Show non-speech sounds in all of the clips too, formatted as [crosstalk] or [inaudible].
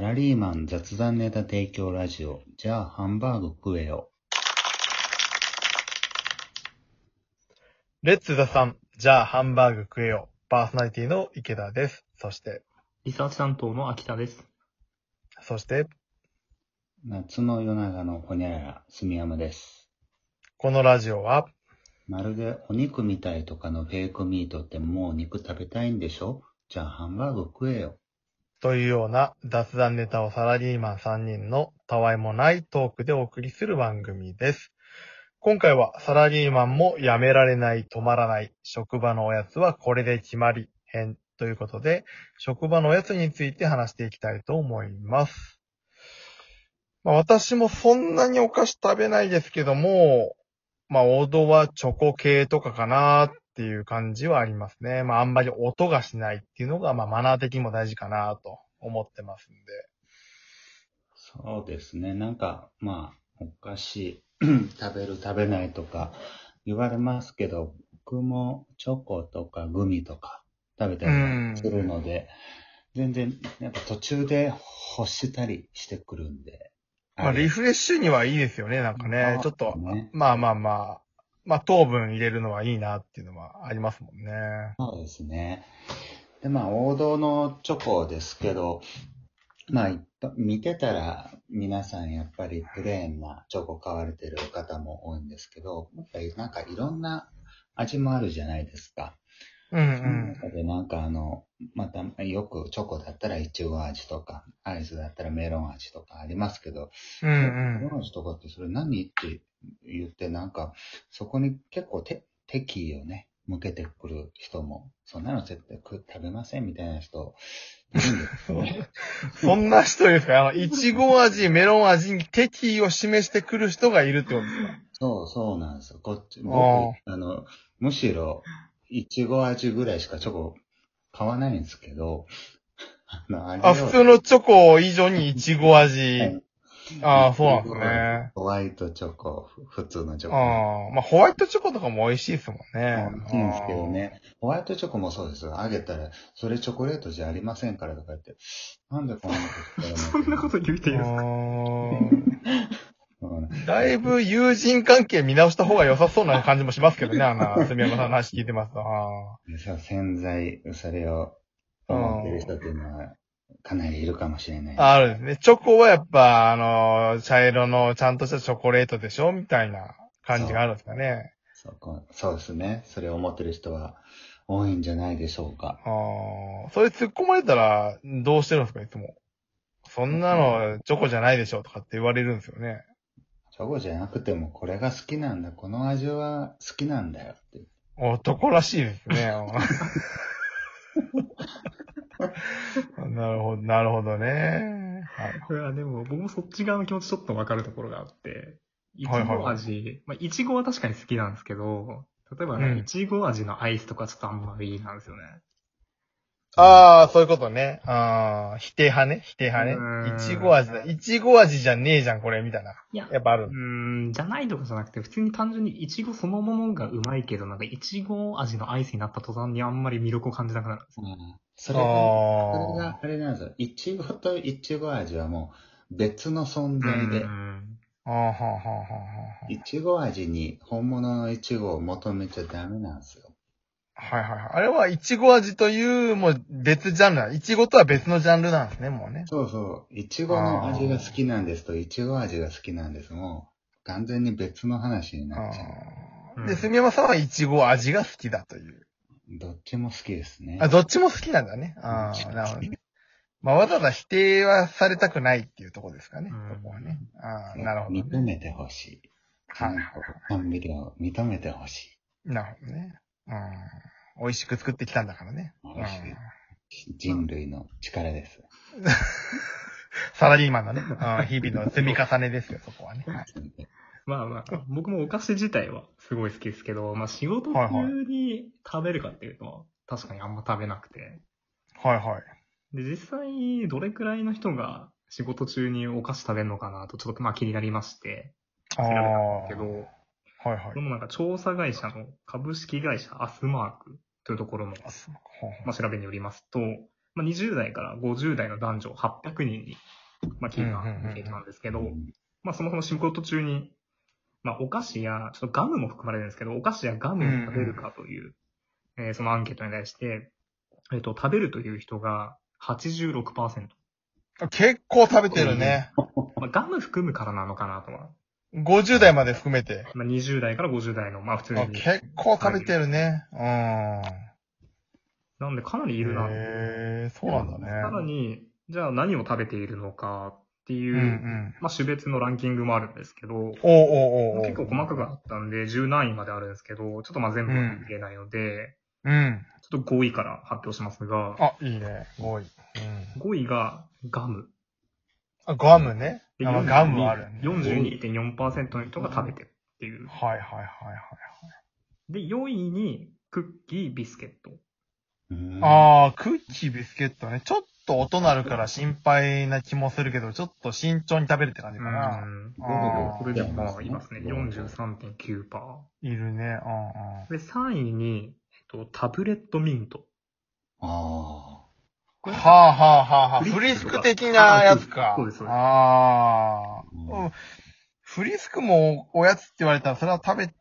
ラリーマン雑談ネタ提供ラジオ、じゃあハンバーグ食えよ。レッツザさん、じゃあハンバーグ食えよ。パーソナリティの池田です。そして、リサーチ担当の秋田です。そして、夏の夜長のほにゃらら、すみやまです。このラジオは、まるでお肉みたいとかのフェイクミートってもう肉食べたいんでしょじゃあハンバーグ食えよ。というような雑談ネタをサラリーマン3人のたわいもないトークでお送りする番組です。今回はサラリーマンも辞められない、止まらない、職場のおやつはこれで決まり編ということで、職場のおやつについて話していきたいと思います。まあ、私もそんなにお菓子食べないですけども、まあ、王道はチョコ系とかかなっていう感じはありますね。まあ、あんまり音がしないっていうのが、まあ、マナー的にも大事かなと思ってますんで。そうですね。なんか、まあ、お菓子 [clears throat] 食べる食べないとか言われますけど、僕もチョコとかグミとか食べたりするので、全然、やっぱ途中で欲したりしてくるんで。まあ、リフレッシュにはいいですよね、なんかね。ちょっと、ね。まあまあまあ、まあ、糖分入れるのはいいなっていうのはありますもんね。そうですね。で、まあ、王道のチョコですけど、まあ、いっぱい見てたら、皆さんやっぱりプレーンなチョコ買われてる方も多いんですけど、やっぱりなんかいろんな味もあるじゃないですか。うんうそのん。中でなんかあの、またよくチョコだったらイチゴ味とか、アイスだったらメロン味とかありますけど、うんうんメ。ロン味とかってそれ何って言ってなんか、そこに結構て敵意をね、向けてくる人も、そんなの絶対食食べませんみたいな人、いるんですよ [laughs] ね。そんな人ですかあの、いちご味、メロン味に敵意を示してくる人がいるってことですかそう、そうなんですよ。こっち、僕、ああの、むしろ、いちご味ぐらいしかチョコ買わないんですけど、あの、あれあ、普通のチョコ以上にいちご味はい。ああ、そうなんですね。。ホワイトチョコ、ふ普通のチョコ。ああ、まあ、ホワイトチョコとかも美味しいですもんね。美味しいんですけどね。ホワイトチョコもそうですよ。あげたら、それチョコレートじゃありませんからとか言って、なんでこんなこと言ったそんなこと言うあていいですかー。うんだいぶ友人関係見直した方が良さそうな感じもしますけどね、あ [laughs] の、住山さんの話聞いてますと。あでさ潜在、それを思ってる人っていうのは、かなりいるかもしれない。ーあるんですね。チョコはやっぱ、あの、茶色のちゃんとしたチョコレートでしょみたいな感じがあるんですかね。そうこうそうですね。それを思ってる人は多いんじゃないでしょうか。ああ、それ突っ込まれたら、どうしてるんですか、いつも。そんなの、チョコじゃないでしょとかって言われるんですよね。チョコじゃなくても、これが好きなんだ。この味は好きなんだよって。男らしいですね。 [laughs] なるほど、なるほどね。はい。いや、でも僕もそっち側の気持ちちょっとわかるところがあって、いちはいはいご味、まあ、いちごは確かに好きなんですけど、例えばね、うんいちご味のアイスとかちょっとあんまりなんですよね。ああ、そういうことね。ああ、否定派ね。否定派うね。んいちご味だ。いちご味じゃねえじゃん、これ、みたいな。いややっぱあるう。ーん、じゃないとかじゃなくて、普通に単純にいちごそのものがうまいけど、なんかいちご味のアイスになった途端にあんまり魅力を感じなくなるんですよ。うんそあれがそれあがあれなんですよ。いちごといちご味はもう別の存在でう、んああ、はあ、はあ、はあ。いちご味に本物のいちごを求めちゃダメなんですよ。はいはいはい。あれは、いちご味という、もう別ジャンルだ。いちごとは別のジャンルなんですね、もうね。そうそう。いちごの味が好きなんですと、いちご味が好きなんです。もう完全に別の話になっちゃあうあ。んで、住山さんはいちご味が好きだという。う。どっちも好きですね。あ、どっちも好きなんだね。ああ、なるほどね。まあ、わざわざ否定はされたくないっていうところですかね。うんそこはね。ああ、なるほど、認ね。めてほしい。ちゃはいんと。甘味料を認めてほしなるほどね。うん。美味しく作ってきたんだからね。う美ん味しい。人類の力です。サラリーマンのね、うん日々の積み重ねですよ、そこはね。はいまあまあ、僕もお菓子自体はすごい好きですけど、まあ仕事はいはい中に食べるかっていうと、確かにあんま食べなくて。はいはい。で、実際、どれくらいの人が仕事中にお菓子食べるのかなと、ちょっとまあ気になりまして、ああ調べたんですけど、ー。はいはいこれ。もなんか調査会社の株式会社アスマークというところの、あそうかほうほうまあ、調べによりますと、まあ、20代から50代の男女800人に、まあ、聞いたアンケートなんですけど、まあ、そもそも仕事中に、まあ、お菓子や、ちょっとガムも含まれるんですけど、お菓子やガムを食べるかという、えーそのアンケートに対して、えっ、と、食べるという人が86%。結構食べてるね。まあ、ガム含むからなのかなとは。 50代まで含めて。まあ、20代から50代の、まあ、普通あに。結構食べてるね。うん。なんで、かなりいるな。へえ、そうなんだね。さらに、じゃあ何を食べているのかっていうう、んうん。まあ、種別のランキングもあるんですけど、おうおうおうおう結構細かくあったんで、10何位まであるんですけど、ちょっとまあ全部は言えないので、うん。ちょっと5位から発表しますが、あ、いいね。5位。うん。 5位がガム。あ、ガムね。であまあ42ガムあるね。 42.4%の人が食べてるっていう。はいはいはいはい。で、4位にクッキー、ビスケット。あ。あー、クッキービスケットね。ちょっと音鳴るから心配な気もするけど、ちょっと慎重に食べるって感じかな。んあーこれでもまあいますね。43.9%。いるね。で、3位に、えっと、タブレットミント。あうんうん。はあはあはあはあ。フフリリススククが的なやつか。そうですそうですあーー。うん。フリスクもおやつって言われたら、それは食べて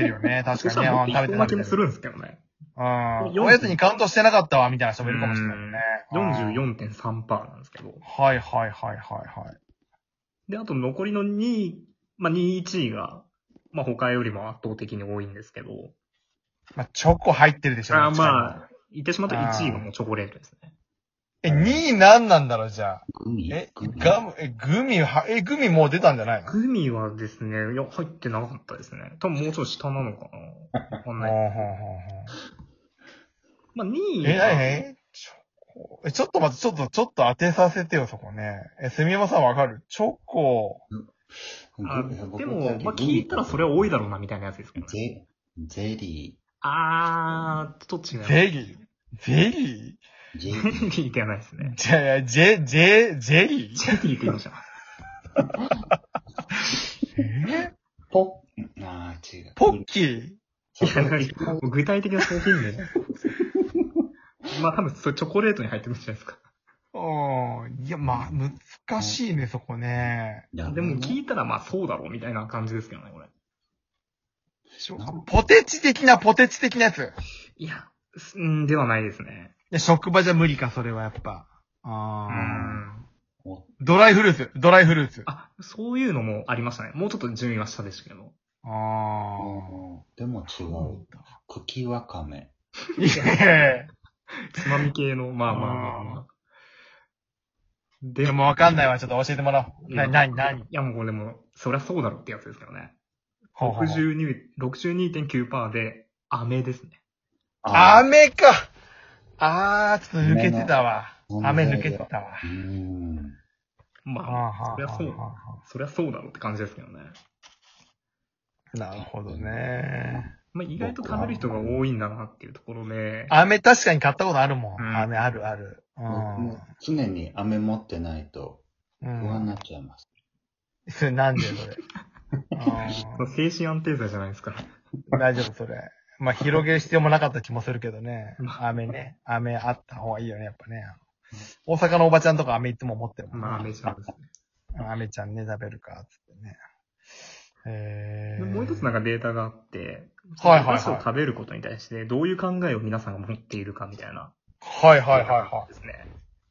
るよ [laughs] ね。確かにね。もうっんと食べて一るな食気べもてする。るんですけどね。うん。 40おやつにカウントしてなかったわ、みたいな人もいるかもしれないね。うん44.3%なんですけど。はいはいはいはいはい。で、あと残りの2位、まあ2位、1位が、まあ他よりも圧倒的に多いんですけど、まあ、チョコ入ってるでしょ。あー確かにまあ、言ってしまった1位がもうチョコレートですね。え、2位何なんだろう、じゃあ。グミ。え、ガム、え、グミは、え、グミもう出たんじゃないのグミはですね、いや、入ってなかったですね。多分もうちょっと下なのかな。わかんない。ほうほうほまあ2うほ位うがえ、なにえ、チョコ。え、ちょっと待って、ちょっと、ちょっと当てさせてよ、そこね。え、すみません、わかるチョコ。あでも、まあ聞いたらそれは多いだろうな、みたいなやつですけどね。ゼ、ゼリあー、ちょっと違う。ゼリー。ゼー。リゼリゼー。リーではないですーね。じゃあ、ジェ、ジェ、ジェリゼリーって言いました。ーえポッ、ああ、違う。ポッキーいや、なんかもう具体的な商 [laughs] 品名じゃんまあ多分それチョコレートに入ってるんじゃないですか。うん。いや、まあ、難しいね、そこね。いやでも聞いたらまあそうだろうみたいな感じですけどね、これ。チョコポテチ的な、ポテチ的なやつ。いや、すうん、ではないですね。で職場じゃ無理か、それはやっぱ。うあーん。ドライフルーツ、ドライフルーツ。あ、そういうのもありましたね。もうちょっと順位は下でしたけど。あうんでも違う。茎わかめ。ー。いやいつまみ系の、まあまあまあまあ。でや、もうわかんないわ。ちょっと教えてもらおう。いやな、なに、なにいやもうこれも、そりゃそうだろうってやつですけどね。ほうほうほう62 62.9%で、飴ですね。ー。雨かあー、ちょっと抜けてたわ。雨の雨抜けてたわ。うん。まあーあ、はそりーはー、ゃそうはそりゃそうだろうって感じですけどね。ーなるほどね。まあ、意外と食べる人が多いんだなっていうところで、雨確かに買ったことあるもん。うん雨あるある。うんもう常に飴持ってないとう不安にん。なっちゃいます。それなんでそれ。まあ精神安定剤じゃないですか。うん [laughs] 大丈夫それ。まあ、広げる必要もなかった気もするけどねま。雨ね。雨あった方がいいよね、やっぱね。大阪のおばちゃんとか雨いつも持ってるもんねまあ、めちゃですあアメちゃんね、食べるか、つってね。えね。でー、もう一つなんかデータがあって、はいはいはいお菓子を食べることに対して、どういう考えを皆さんが持っているかみたいな。はいはいはいはですね。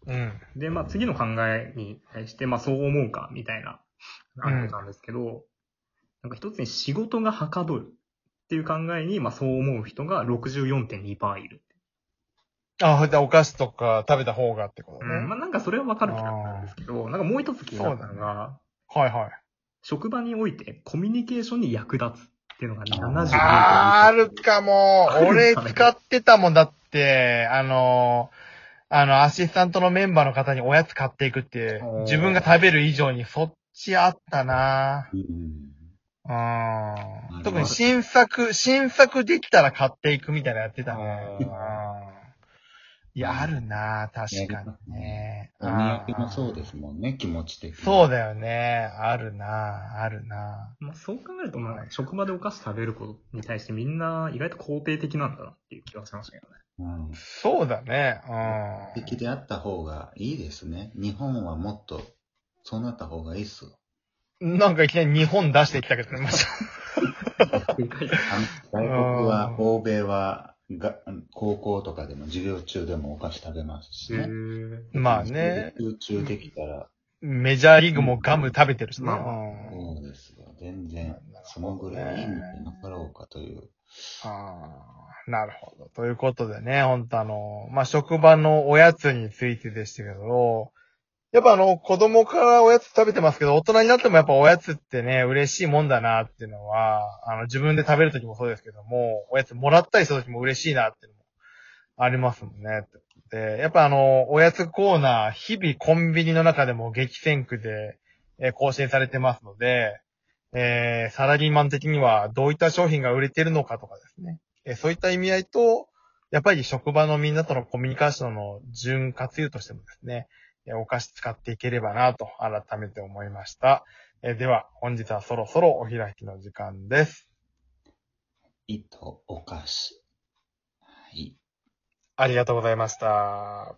い。うん。で、まあ、次の考えに対して、まあ、そう思うか、みたいな、んあれなんですけど、なんか一つに仕事がはかどるっていう考えに、まあ、そう思う人が64.2%いる。あ、それでお菓子とか食べた方がってことね。うん、まあ、なんかそれはわかる気がったんですけど、なんかもう一つ気になったそうのだが、はいはい。職場においてコミュニケーションに役立つっていうのが70あー、あるかも。あるん俺ですかね使ってたもんだって、あのー、あの、アシスタントのメンバーの方におやつ買っていくっておー、自分が食べる以上にそっちあったなうん。うん。る特に新作、新作できたら買っていくみたいなのやってたね。あーうんいや、あるな確かにね。お土産もそうですもんね、気持ち的に。そだ。うだよね。あるなあるなまあ、そう考える [laughs] と、まあ、職場でお菓子食べることに対してみんな意外と肯定的なんだなっていう気がしましたけどね。うん。そうだね。うん。的であった方がいいですね。日本はもっと、そうなった方がいいっすよ。なんかいきなり日本出してきたけどね、また。でかい。あの外国は、欧米は、が高校とかでも授業中でもお菓子食べますしへね。ーまあね。集中できたら、メジャーリーグもガム食べてるしね。まあうんそうですよ。全然、そのぐらいいいんじゃなかろうかという。あーなるほど。ということでね、ほんとあの、まあ、職場のおやつについてでしたけど、やっぱあの、子供からおやつ食べてますけど、大人になってもやっぱおやつってね、嬉しいもんだなっていうのは、あの、自分で食べるときもそうですけども、おやつもらったりするときも嬉しいなっていうのもありますもんね。で、やっぱあの、おやつコーナー、日々コンビニの中でも激戦区で、えー更新されてますので、えーサラリーマン的にはどういった商品が売れてるのかとかですね。えーそういった意味合いと、やっぱり職場のみんなとのコミュニケーションの潤滑油としてもですね、えーお菓子使っていければなと改めて思いました。えーでは、本日はそろそろお開きの時間です。糸お菓子。はい。ありがとうございました。